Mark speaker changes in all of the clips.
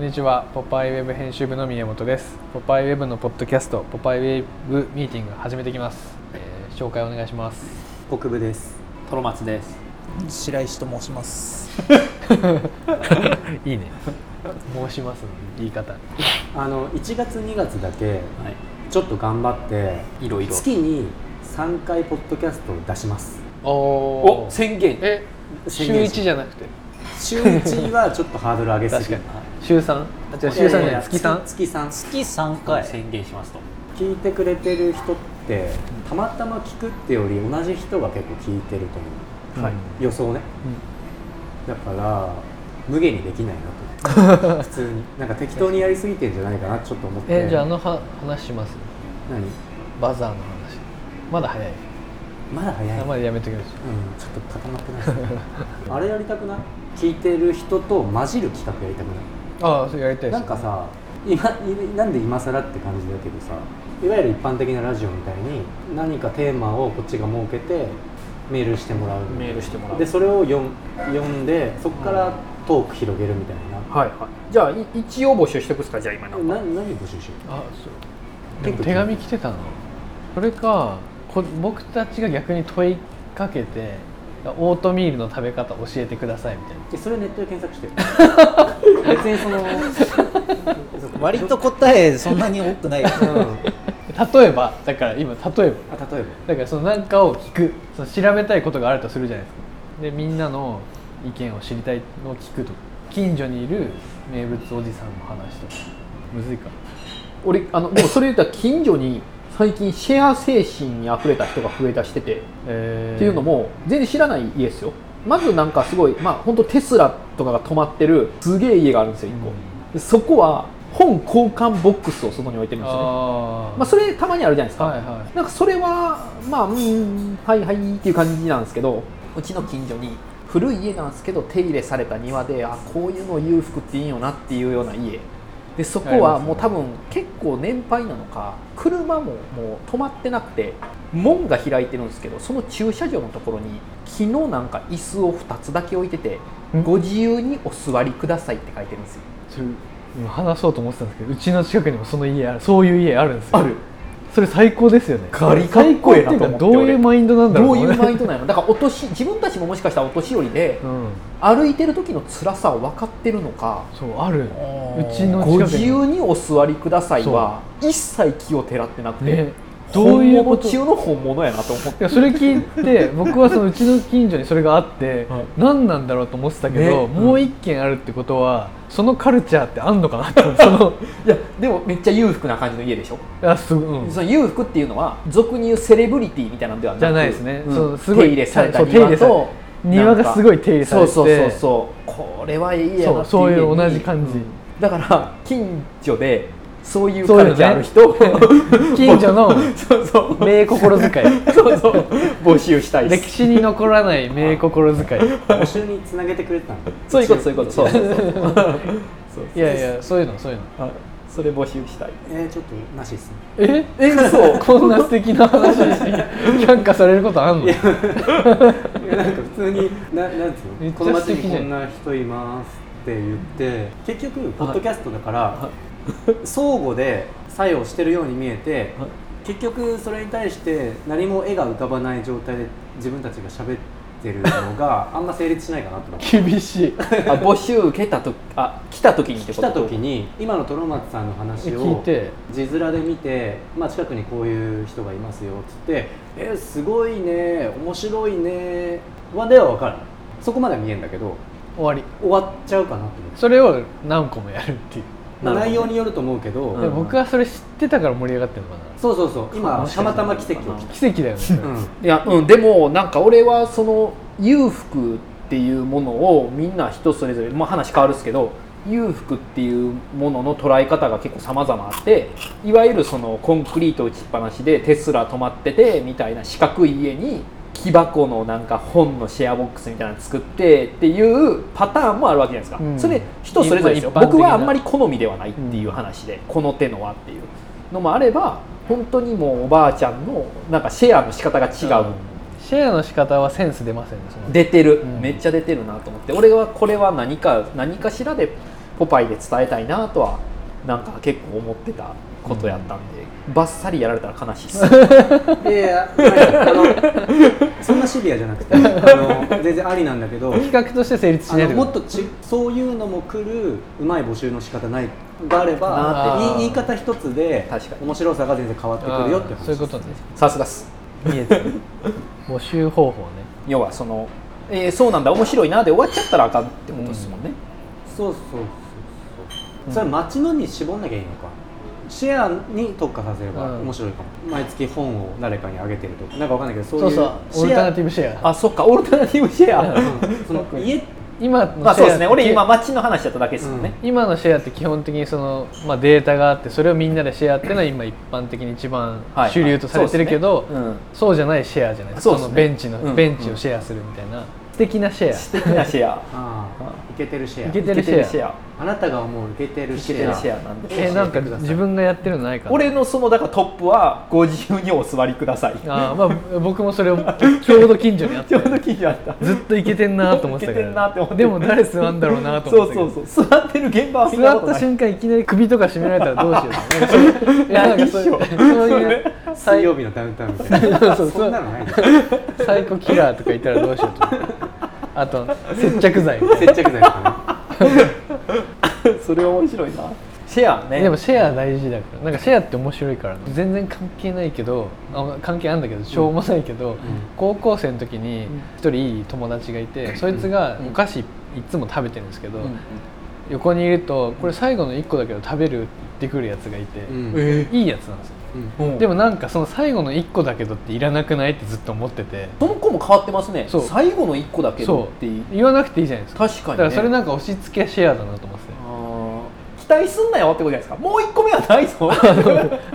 Speaker 1: にちはポパイウェブ編集部の宮本ですポパイウェブのポッドキャストポパイウェブミーティング始めてきます、えー紹介お願いします
Speaker 2: 北部です
Speaker 3: トロマツです。
Speaker 4: 白石と申します。
Speaker 1: いいね申しますの言い方
Speaker 2: あの1月2月だけ
Speaker 3: はい。
Speaker 2: ちょっと頑張って
Speaker 3: いろいろ。
Speaker 2: 月に3回ポッドキャストを出します
Speaker 1: お
Speaker 3: お
Speaker 1: お
Speaker 3: 宣言。
Speaker 1: え
Speaker 2: 宣
Speaker 1: 週
Speaker 2: 言
Speaker 1: 1
Speaker 2: し
Speaker 1: じゃなくて
Speaker 2: 週1はちょっとハードル上げす
Speaker 1: 確か
Speaker 2: ぎ
Speaker 1: に週 3? じゃあ週3じゃ
Speaker 2: いやいやい
Speaker 1: な
Speaker 2: や
Speaker 1: い月 3?
Speaker 2: 月3
Speaker 4: 月3
Speaker 3: はい
Speaker 4: 回。
Speaker 3: 宣言しますと。
Speaker 2: 聞いてくれてる人ってたまたま聞くってより同じ人が結構聞いてると思
Speaker 1: はい、
Speaker 2: う予想ねだから無限にできない なと普通になんか適当にやりすぎてんじゃないかなちょっと思って
Speaker 1: えじゃああのは話します
Speaker 2: 何
Speaker 1: バザーの話まだ早い
Speaker 2: まだ早い
Speaker 1: まだやめときましょ
Speaker 2: うん、ちょっと固まって ないあれやりたくない聞いてる人と混じる企画やりたくないう
Speaker 1: ああそれやりたいです
Speaker 2: なんかさ今いなんで今更って感じだけどさいわゆる一般的なラジオみたいに何かテーマをこっちが設けてメールしてもらう
Speaker 3: メールしてもらう。
Speaker 2: でそれを読ん読んでそこからトーク広げるみたいな
Speaker 3: はいはい。じゃあい一応募集してくっすかじゃあ今なんか
Speaker 2: な何募集しよ
Speaker 1: あそうで
Speaker 2: 結
Speaker 1: も
Speaker 2: 構
Speaker 1: 手紙来てたのそれかこ僕たちが逆に問いかけてオートミールの食べ方教えてくださいみたいう
Speaker 2: でそれネットで検索して 別にその
Speaker 4: 割と答えそんなに多くない。
Speaker 2: うんあ
Speaker 1: な例えばだから今例えば
Speaker 2: 例え
Speaker 1: だからその何かを聞くその調べたいことがあるとするじゃないですかでみんなの意見を知りたいのを聞くと近所にいる名物おじさんの話とかむずいか
Speaker 3: 俺あのでもそれ言ったら近所に最近シェア精神に溢れた人が増えだしてて。
Speaker 1: えー
Speaker 3: っていうのも全然知らない家ですよまずなんかすごいまあ本当テスラとかが泊まってるすげえ家があるんですよ1個、
Speaker 1: うん
Speaker 3: でそこは本交換ボックスを外に置いてるんですよね
Speaker 1: あー
Speaker 3: まあそれたまにあるじゃないですか、
Speaker 1: はいはい
Speaker 3: なんかそれはまあうんはいはいっていう感じなんですけどうちの近所に古い家なんですけど手入れされた庭であこういうの裕福っていいよなっていうような家でそこ
Speaker 1: あ
Speaker 3: は
Speaker 1: りますね
Speaker 3: もう多分結構年配なのか車ももう止まってなくて門が開いてるんですけどその駐車場のところに木のなんか椅子を2つだけ置いてて
Speaker 1: ん
Speaker 3: ご自由にお座りくださいって書いてるんですよ
Speaker 1: ちょ今話そうと思ってたんですけどうちの近くにもその家あるそういう家あるんですよそれ最高ですよね
Speaker 3: ガリかっこええなと思
Speaker 1: 最高い
Speaker 3: って
Speaker 1: うかどういうマインドなんだろ
Speaker 3: ど
Speaker 1: う
Speaker 3: ういうマイ
Speaker 1: ン
Speaker 3: ンドなのだからお年自分たちももしかしたらお年寄りで、
Speaker 1: ド、うん、
Speaker 3: 歩いてる時の辛さを分かってるのか
Speaker 1: そうあるう
Speaker 4: ー
Speaker 1: ちの
Speaker 3: ご
Speaker 1: 近く
Speaker 3: 自
Speaker 1: に
Speaker 3: 由にお座りくださいは一切気をてらってなくて、
Speaker 1: ねどういうこ
Speaker 3: 本
Speaker 1: と
Speaker 3: 物中の本物やなと思っ
Speaker 1: い
Speaker 3: て
Speaker 1: やそれ聞いて僕はそのうちの近所にそれがあって、
Speaker 3: はい
Speaker 1: 何なんだろうと思ってたけど、
Speaker 3: ね
Speaker 1: もう一軒あるってことはそのカルチャーってあんのかなって 思うその
Speaker 3: いやでもめっちゃ裕福な感じの家でしょ、
Speaker 1: あすごい、うん
Speaker 3: その裕福っていうのは俗に言うセレブリティみたいなのではなく
Speaker 1: じゃないですね、
Speaker 3: うん
Speaker 1: そうすごい
Speaker 3: 手入れされた
Speaker 1: そう手入
Speaker 3: 庭
Speaker 1: れされ
Speaker 3: と
Speaker 1: 庭がすごい手入れされてて
Speaker 3: そうそうそうそうこれはいい家やなってい
Speaker 1: そ
Speaker 3: う
Speaker 1: うそういう
Speaker 3: 家に
Speaker 1: 同じ感じ
Speaker 3: だから近所でそういう
Speaker 1: そう
Speaker 3: カ
Speaker 1: いうのね
Speaker 3: ルチャーある 人、
Speaker 1: 近所の
Speaker 3: そうそう
Speaker 1: 名心遣い
Speaker 3: そうそう募集したいで
Speaker 1: 歴
Speaker 3: す
Speaker 1: 史に残らない名心遣い
Speaker 2: ば募集につなげてくれてたの
Speaker 3: そういうことそういうことそうそうそう そう
Speaker 1: いやいやそういうのそういうの
Speaker 3: あそれ募集したい
Speaker 2: えー、ちょっとなしですね
Speaker 1: え
Speaker 3: え嘘
Speaker 1: こんな素敵な話却下されることあんの
Speaker 2: いやなんか普通にななんつう
Speaker 1: めっちゃ
Speaker 2: のこの街
Speaker 1: 素敵
Speaker 2: に
Speaker 1: じゃ
Speaker 2: こ
Speaker 1: ん
Speaker 2: んな人いますって言って結局ポッドキャストだから、
Speaker 3: は
Speaker 2: 相互で作用してるように見えて、
Speaker 3: はい
Speaker 2: 結局それに対して何も絵が浮かばない状態で自分たちが喋ってるのがあんま成立しないかなと思って
Speaker 1: 厳しい
Speaker 3: あ募集受けたとあ来た時にって
Speaker 2: 来
Speaker 3: こ
Speaker 2: た
Speaker 3: と
Speaker 2: 時に今のトロマツさんの話を
Speaker 1: 聞いて
Speaker 2: 字面で見て、まあ、近くにこういう人がいますよっつって「えすごいね面白いね」はでは分かるそこまでは見えんだけど
Speaker 1: 終わり
Speaker 2: 終わっちゃうかなと思って、
Speaker 1: それを何個もやるっていう、
Speaker 2: まあ
Speaker 3: なるほど
Speaker 2: 内容によると思うけど、
Speaker 3: うん
Speaker 1: で僕はそれ知ってたから盛り上がってるのかな
Speaker 2: そうそうそう今
Speaker 3: もしか
Speaker 2: た
Speaker 3: した
Speaker 2: また
Speaker 3: ら
Speaker 2: ま奇跡起き
Speaker 1: 奇跡だよねそれ
Speaker 2: た、うん
Speaker 3: いや、うん、でもなんか俺はその裕福っていうものをみんな人それぞれ、まあ、話変わるんですけど裕福っていうものの捉え方が結構様々あっていわゆるそのコンクリート打ちっぱなしでテスラ止まっててみたいな四角い家に木箱のなんか本のシェアボックスみたいなの作ってっていうパターンもあるわけじゃないですか、
Speaker 1: うん
Speaker 3: それ人それぞれですよ
Speaker 1: 一般的な
Speaker 3: 僕はあんまり好みではないっていう話で、この手のはっていうのもあれば本当にもうおばあちゃんのなんかシェアの仕方が違う、
Speaker 1: シェアの仕方はセンス出ませんねその
Speaker 3: 出てる、
Speaker 1: うん
Speaker 3: めっちゃ出てるなと思って俺はこれは何か何かしらでポパイで伝えたいなとはなんか結構思ってたことやったんで、バッサリやられたら悲しい っす
Speaker 2: いやいやあのそんなシビアじゃなく てあの全然ありなんだけど
Speaker 1: 企画として成立し
Speaker 2: あ
Speaker 1: ない
Speaker 2: の
Speaker 1: で
Speaker 2: も
Speaker 1: く
Speaker 2: っ
Speaker 1: ださ
Speaker 2: とちそういうのも来るうまい募集の仕方ないがあれ
Speaker 1: な
Speaker 2: ば
Speaker 1: あ
Speaker 2: い言い方一つで
Speaker 3: 確かに
Speaker 2: 面白さが全然変わってくる
Speaker 1: い
Speaker 2: よって話
Speaker 1: そういうことね
Speaker 3: さすがっす
Speaker 1: いいですね 募集方法ね
Speaker 3: 要はその、えーそうなんだ面白いなで終わっちゃったらあかんってことですもんね、
Speaker 2: そうそうそうそうそれ町のに絞んなきゃいいのかシェアに特化させれば
Speaker 1: うん
Speaker 2: 面白いかも、毎月本を誰かにあげてるとかなんかわかんないけどそうい
Speaker 1: そううそうオ
Speaker 2: シェ
Speaker 1: ルタナ
Speaker 2: ア
Speaker 1: ティブシェア
Speaker 3: あそっかオルタナティブシェア、
Speaker 2: うんその家
Speaker 1: 今のシェア
Speaker 3: まあそうですね
Speaker 1: って
Speaker 3: 俺今街の話やっただけですもんね、
Speaker 1: 今のシェアって基本的にその、まあ、データがあってそれをみんなでシェアっていうのは今一般的に一番
Speaker 3: はい
Speaker 1: 主流とされてるけど、
Speaker 3: そうですねうん
Speaker 1: そうじゃないシェアじゃないです
Speaker 3: そう
Speaker 1: か
Speaker 3: ですね
Speaker 1: のベンチの、
Speaker 3: うん
Speaker 1: ベンチをシェアするみたいな素敵なシェ
Speaker 3: 素敵なシェア
Speaker 2: ああいけてるシ
Speaker 1: アいけ
Speaker 2: ェ
Speaker 1: てるシェア
Speaker 3: ア
Speaker 2: アあなたが思ういけてる
Speaker 3: イ
Speaker 2: シ
Speaker 3: ケ
Speaker 2: ェ
Speaker 3: てる
Speaker 2: ア
Speaker 3: シェアなんで
Speaker 1: えなんか自分がやってるのないかな
Speaker 3: 俺のそのだからトップはご自由にお座りください
Speaker 1: あー、まあ、僕もそれをちょうど近所にあっ
Speaker 3: ちょ
Speaker 1: て
Speaker 3: うど記事あった
Speaker 1: ずっといけてんなと思ってたか
Speaker 3: いけてんなって思っ
Speaker 1: ら
Speaker 3: て
Speaker 1: でも誰座んだろうなと
Speaker 3: そ
Speaker 1: 思っ
Speaker 3: う
Speaker 1: て
Speaker 3: そう
Speaker 1: う
Speaker 3: そう座ってる現場は見た
Speaker 1: 座
Speaker 3: こ
Speaker 1: っ
Speaker 3: とな
Speaker 1: た
Speaker 3: い
Speaker 1: 瞬間いきなり首とか絞められたらどうしようとかなんかそう いういやなんかそういう
Speaker 3: 何でしょう
Speaker 1: そういう
Speaker 2: 水曜日のダウンタウンみたいな
Speaker 1: そうそう
Speaker 2: そんなのない
Speaker 1: サイコキラーとかいたらどうしようと思ってあと接着剤みたい
Speaker 2: 接着剤とか
Speaker 3: それは面白いなシェア
Speaker 1: な
Speaker 3: ね
Speaker 1: でもシェア大事だからなんかシェアって面白いから全然関係ないけどあ関係あるんだけどしょうもないけど、高校生の時に一人いい友達がいて、そいつがお菓子いつも食べてるんですけど、
Speaker 3: うん
Speaker 1: 横にいるとこれ最後の1個だけど食べるって言ってくるやつがいて、
Speaker 2: うん
Speaker 3: え
Speaker 1: いいやつなんですよ
Speaker 2: うん
Speaker 3: ー
Speaker 1: でもなんかその最後の1個だけどっていらなくないってずっと思ってて
Speaker 3: その子も変わってますね
Speaker 1: そう
Speaker 3: 最後の一個だけ
Speaker 1: そ
Speaker 3: どっていう
Speaker 1: う言わなくていいじゃないですか
Speaker 3: 確か
Speaker 1: だ
Speaker 3: に
Speaker 1: か
Speaker 3: ね
Speaker 1: らそれなんか押し付けシェアだなと思ってて
Speaker 3: あー期待すんなよってことじゃないですかもう一個目は な いぞ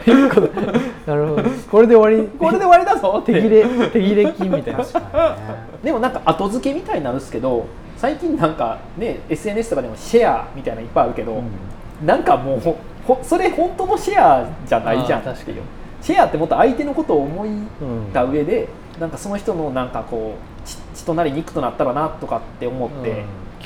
Speaker 1: 一個だなるほどこれで終わり
Speaker 3: これで終わりだぞって
Speaker 1: 手切れ手切れ金みたいな
Speaker 2: 確かにね
Speaker 3: でもなんか後付けみたいになるんですけど最近なんかね SNS とかでもシェアみたいなのいっぱいあるけど、なんかもうほほそれ本当のシェアじゃないじゃん
Speaker 1: あー確かに
Speaker 3: シェアってもっと相手のことを思い
Speaker 1: うん
Speaker 3: た上で、なんかその人のなんかこう血血となり肉となったらなとかって思って、
Speaker 1: うん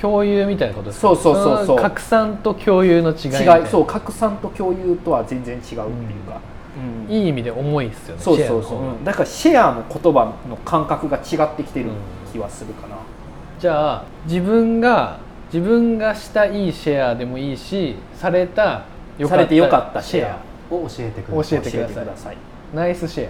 Speaker 1: 共有みたいなことですか
Speaker 3: そうそうそうそう
Speaker 1: の拡散と共有の違いみたいな
Speaker 3: 違いそう拡散と共有とは全然違うっていうか、うん
Speaker 1: いい意味で重いですよね
Speaker 3: そうそうそう、
Speaker 1: シェアの方が
Speaker 3: うんだからシェアの言葉の感覚が違ってきてる気はするかな、
Speaker 1: じゃあ自分が自分がしたいいシェアでもいいしされた
Speaker 3: されてよかったシェア
Speaker 2: を教えてくだ
Speaker 1: 教
Speaker 2: さ
Speaker 1: え
Speaker 2: い
Speaker 1: てください
Speaker 3: い
Speaker 1: ナイスシェ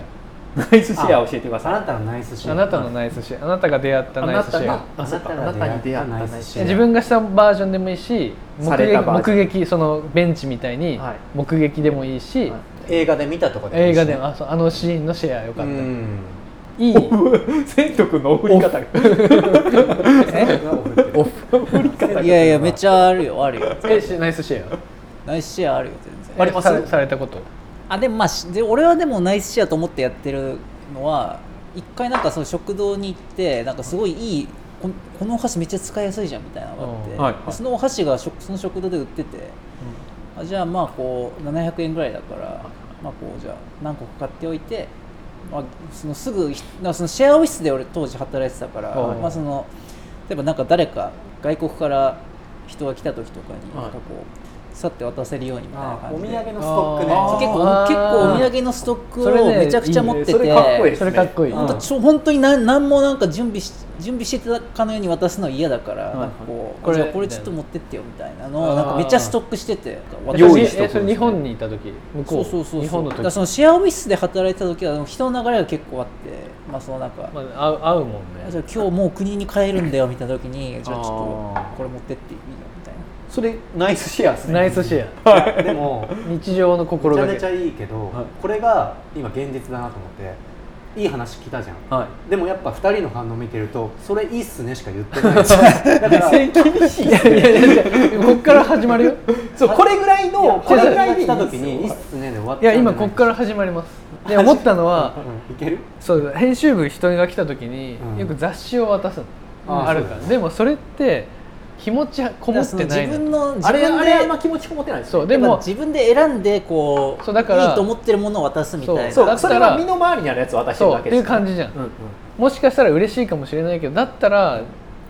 Speaker 3: ナイスシェアを教えてくだ
Speaker 2: あ
Speaker 3: さ
Speaker 2: ないたのナイスシェ
Speaker 1: ア
Speaker 2: ア
Speaker 1: あなたのナイスシェアあなたが出会ったナイスシェア
Speaker 3: あそうかあなたに出会ったナイスシェア
Speaker 1: 自分がしたバージョンでもいいし目
Speaker 3: され
Speaker 1: 撃
Speaker 3: たバージョ
Speaker 1: 目撃そのベンチみたいに
Speaker 3: はい
Speaker 1: 目撃でもいいし、
Speaker 3: はい
Speaker 2: 映画で見たとか
Speaker 1: 映画でもあそうあのシーンのシェアよか
Speaker 2: う
Speaker 1: った、
Speaker 2: ん
Speaker 1: いい
Speaker 3: 千徳君のお振り方が
Speaker 2: え
Speaker 4: いやいやめっちゃあるよあるよ
Speaker 1: えしナイスシェア
Speaker 4: ナイスシェアあるよ全然
Speaker 1: ありますさされたこと
Speaker 4: あでもまあしで俺はでもナイスシェアと思ってやってるのは一回なんかその食堂に行ってなんかすごいいいここのお箸めっちゃ使いやすいじゃんみたいなのがあって、
Speaker 1: うん
Speaker 3: はいはい
Speaker 4: でそのお箸が食その食堂で売ってて、あじゃあまあこう700円ぐらいだからまあこうじゃあ何個か買っておいて、まあ、そのすぐひなんかそのシェアオフィスで俺当時働いてたから、
Speaker 1: うん
Speaker 4: まあ、その例えばなんか誰か外国から人が来た時とかに
Speaker 3: はい
Speaker 4: なんかこう去って渡せるようにみたいな
Speaker 2: あ
Speaker 4: 感
Speaker 2: お
Speaker 4: じ
Speaker 2: 土
Speaker 4: で。
Speaker 2: 産のストックね
Speaker 1: あー
Speaker 4: 結構
Speaker 1: あー
Speaker 4: 結構お土産のストック
Speaker 1: それ
Speaker 4: を
Speaker 1: ね
Speaker 4: めちゃくちゃ持ってて、
Speaker 3: それかっこいいです
Speaker 1: それかっこいい
Speaker 4: なんかちょ本当に何何もなんか準備し準備してたかのように渡すの嫌だから、
Speaker 3: い
Speaker 4: なんかこう
Speaker 1: これ
Speaker 4: じゃあこれちょっと持ってってよみたいなの
Speaker 1: あ
Speaker 4: を
Speaker 1: ー
Speaker 4: なんかめっちゃストックしてて
Speaker 1: え
Speaker 3: 用意し
Speaker 1: そ
Speaker 3: とくんですね
Speaker 1: れえそれ日本にいた時向こ
Speaker 4: そううそうそうそう
Speaker 1: 日本の時
Speaker 4: だからそのシェアオフィスで働いてた時は人の流れが結構あってまあそのなんか、
Speaker 1: まあ、合う合うもんね
Speaker 4: じゃあ今日もう国に帰るんだよみたいな時にじゃあちょ
Speaker 3: あ
Speaker 4: っとこれ持ってっていいよみたいな
Speaker 3: それナイスシェアですね
Speaker 1: ナイスシェ
Speaker 2: でも
Speaker 1: ア日常の
Speaker 2: め
Speaker 1: 心
Speaker 2: ちゃ
Speaker 1: が
Speaker 2: め
Speaker 1: け
Speaker 2: ちゃいいけどこれが今現実だなと思っていい話聞いたじゃん
Speaker 3: は
Speaker 2: でもやっぱ2人の反応見てるとそれいいっすねしか言ってない だから
Speaker 3: 厳しいです
Speaker 1: いやい
Speaker 3: ね
Speaker 1: やいやいやこっから始まるよ
Speaker 3: そうこれぐらいのこ
Speaker 2: こ
Speaker 3: れ
Speaker 2: れ
Speaker 3: ぐ
Speaker 2: ぐ
Speaker 3: ら
Speaker 2: ら
Speaker 3: い
Speaker 2: い
Speaker 3: でい
Speaker 2: 来た
Speaker 3: いんです
Speaker 2: 時
Speaker 3: よ
Speaker 2: にいいっすねで終わっ
Speaker 1: い
Speaker 2: ちゃ
Speaker 1: や
Speaker 2: うんじゃな
Speaker 1: 今こっから始まりますで思ったのは
Speaker 2: うんいける
Speaker 1: そう編集部人が来た時に
Speaker 2: うん
Speaker 1: よく雑誌を渡すの、
Speaker 2: ああ
Speaker 1: あるか
Speaker 2: そう
Speaker 1: ら、
Speaker 2: だね
Speaker 1: でもそれって気持ちこもってない
Speaker 4: だからその自
Speaker 1: の
Speaker 4: 分の自
Speaker 3: あれ
Speaker 4: 分で
Speaker 3: あれあんま気持ちこもってないですね
Speaker 1: そうで
Speaker 4: だから
Speaker 1: も
Speaker 4: 自分で選んでこう
Speaker 1: そうだから
Speaker 4: いいと思ってるものを渡すみたいな
Speaker 1: そう
Speaker 3: そうそれは身の回りにあるやつを渡してる
Speaker 1: そう
Speaker 3: だ
Speaker 1: っ
Speaker 3: け
Speaker 1: て
Speaker 3: で
Speaker 1: い
Speaker 3: す
Speaker 1: う感じじゃん、
Speaker 3: うんうん
Speaker 1: もしかしたら嬉しいかもしれないけどだったら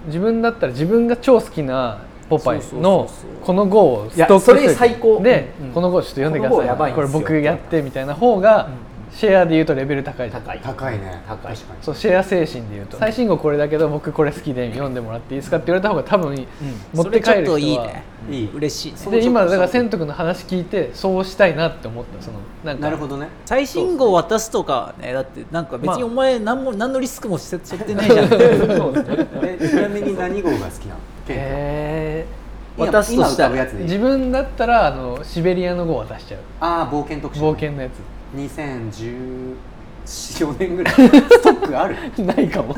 Speaker 1: 自分だったら自分が超好きなポパイ
Speaker 3: そうそう
Speaker 1: の
Speaker 3: そうそう
Speaker 1: この号を
Speaker 3: いや
Speaker 1: ストックしといて
Speaker 3: それ最高
Speaker 1: で、
Speaker 3: うん
Speaker 1: この号ちょっと読んでくだ
Speaker 3: この
Speaker 1: さ
Speaker 3: 号
Speaker 1: い
Speaker 3: やばいん
Speaker 1: こ
Speaker 3: です
Speaker 1: れ
Speaker 3: よ
Speaker 1: 僕やってみたいな方がシェアで言うとレベル高いじゃん
Speaker 3: 高い
Speaker 2: 高いね
Speaker 3: 高
Speaker 2: 確か
Speaker 3: い
Speaker 2: に
Speaker 1: そうシェア精神で言うと最新号これだけど僕これ好きで読んでもらっていいですかって言われた方が多分持って帰る人
Speaker 4: それちょっと
Speaker 1: はい
Speaker 4: いね
Speaker 2: いい
Speaker 4: 嬉しいね
Speaker 2: そう
Speaker 1: で今
Speaker 2: ちょっと
Speaker 1: だから千徳の話聞いてそうしたいなって思ったそのなんか
Speaker 2: なるほどね
Speaker 4: 最新号渡すとかねだってなんか別にお前何も何のリスクも背負ってないじゃ ん
Speaker 2: えちなみに何号が好きなの
Speaker 1: へ
Speaker 2: 今
Speaker 4: 渡すとしたら
Speaker 2: 今歌うやつ
Speaker 1: ー
Speaker 2: でいい
Speaker 1: 自分だったらあのシベリアの号渡しちゃう
Speaker 2: ああ冒険特集
Speaker 1: 冒険のや
Speaker 2: 2014年 ぐらいストックある
Speaker 1: つないかも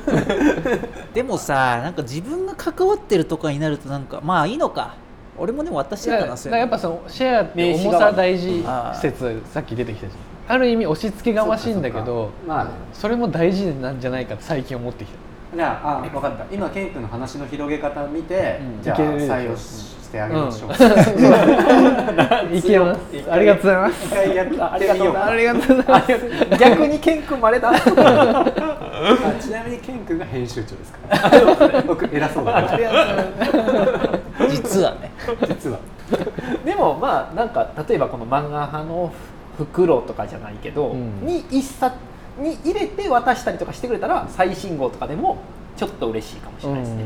Speaker 4: でもさなんか自分が関わってるとかになるとなんかまあいいのか俺もでも渡して
Speaker 1: だ
Speaker 4: た
Speaker 1: か
Speaker 4: な
Speaker 1: ら
Speaker 4: そ
Speaker 1: や
Speaker 4: れ
Speaker 1: っぱそのシェアって重さ大事説さっき出てきたじゃんある意味押し付けがましいんだけど
Speaker 2: まあね
Speaker 1: それも大事なんじゃないかって最近思ってきた
Speaker 2: じゃああ分かった今ケン君の話の広げ方見て、
Speaker 1: ん
Speaker 2: じゃあ
Speaker 1: いけるでしょ
Speaker 2: 採用ししてあげましょう、
Speaker 1: いけますありがとうございます
Speaker 2: 一回やってみよう
Speaker 3: ありがとうございます
Speaker 1: ありがとうございます
Speaker 3: 逆にケン君まれだ
Speaker 2: あちなみにケン君が編集長ですから僕偉そうだから
Speaker 4: 実はね
Speaker 2: 実は
Speaker 3: でもまあなんか例えばこの漫画派の袋とかじゃないけど、
Speaker 1: うん
Speaker 3: に一冊に入れて渡したりとかしてくれたら最新号とかでもちょっと嬉しいかもしれないですね、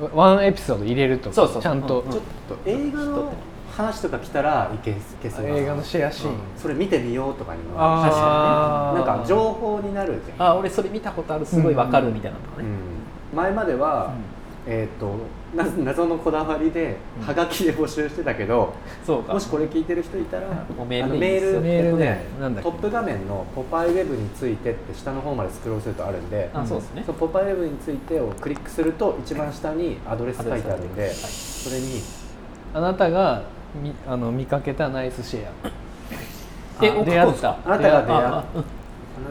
Speaker 1: うんワンエピソード入れるとか
Speaker 3: そうそう
Speaker 1: ちゃんと、
Speaker 3: うん
Speaker 2: ちょっと映画の話とか来たらいけいけそうだな
Speaker 1: 映画のシェアシーン、
Speaker 2: それ見てみようとかにも
Speaker 1: あー
Speaker 2: なんか情報になるじゃん
Speaker 3: あ俺それ見たことあるすごいわかるみたいなのとかね、
Speaker 2: 前までは、えー、とな謎のこだわりではがきで募集してたけど、
Speaker 3: そうか
Speaker 2: もしこれ聞いてる人いたら
Speaker 3: おメール
Speaker 2: あの
Speaker 3: でい
Speaker 2: メ
Speaker 3: い
Speaker 2: ー
Speaker 3: です
Speaker 2: ル
Speaker 3: よ
Speaker 1: メールね
Speaker 2: えっと
Speaker 1: なんだっけ
Speaker 2: トップ画面の「ポパイウェブについて」って下の方までスクロールするとあるんで
Speaker 3: あそうですね
Speaker 2: そのポパイウェブについて」をクリックすると一番下にアドレス書いてあるんでそれに
Speaker 1: あなたがみあの見かけたナイスシェア
Speaker 3: で
Speaker 1: あ
Speaker 3: 送
Speaker 1: 出会
Speaker 3: っ
Speaker 1: ったた
Speaker 2: あなたが出
Speaker 1: 出会った
Speaker 2: 会っあな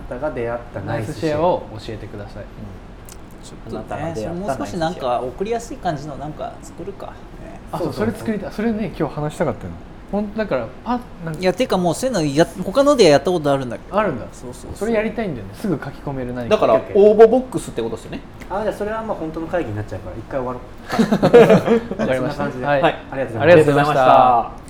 Speaker 2: たが出会った
Speaker 1: ナ
Speaker 2: ナ
Speaker 1: イ
Speaker 2: イ
Speaker 1: ス
Speaker 2: ス
Speaker 1: シ
Speaker 2: シ
Speaker 1: ェ
Speaker 2: ェ
Speaker 1: ア
Speaker 2: ア
Speaker 1: を教えてください、
Speaker 4: ちょっとねそれもう少しなんか送りやすい感じのなんか作るか、ね
Speaker 1: あそうそれ作りたいそれね今日話したかったの本当だからパッなん
Speaker 4: い
Speaker 1: か
Speaker 4: やてかもうそういうのや他のでやったことあるんだけど
Speaker 1: あるんだ
Speaker 4: そうそうう
Speaker 1: それやりたいんだよねすぐ書き込める何
Speaker 3: だから応募ボックスってことですよね
Speaker 2: あじゃあそれはまあ本当の会議になっちゃうから一回終わろう
Speaker 1: わかりました
Speaker 2: そんな感じで
Speaker 1: はい
Speaker 3: はい
Speaker 2: ありがとうございます
Speaker 1: ありがとうございました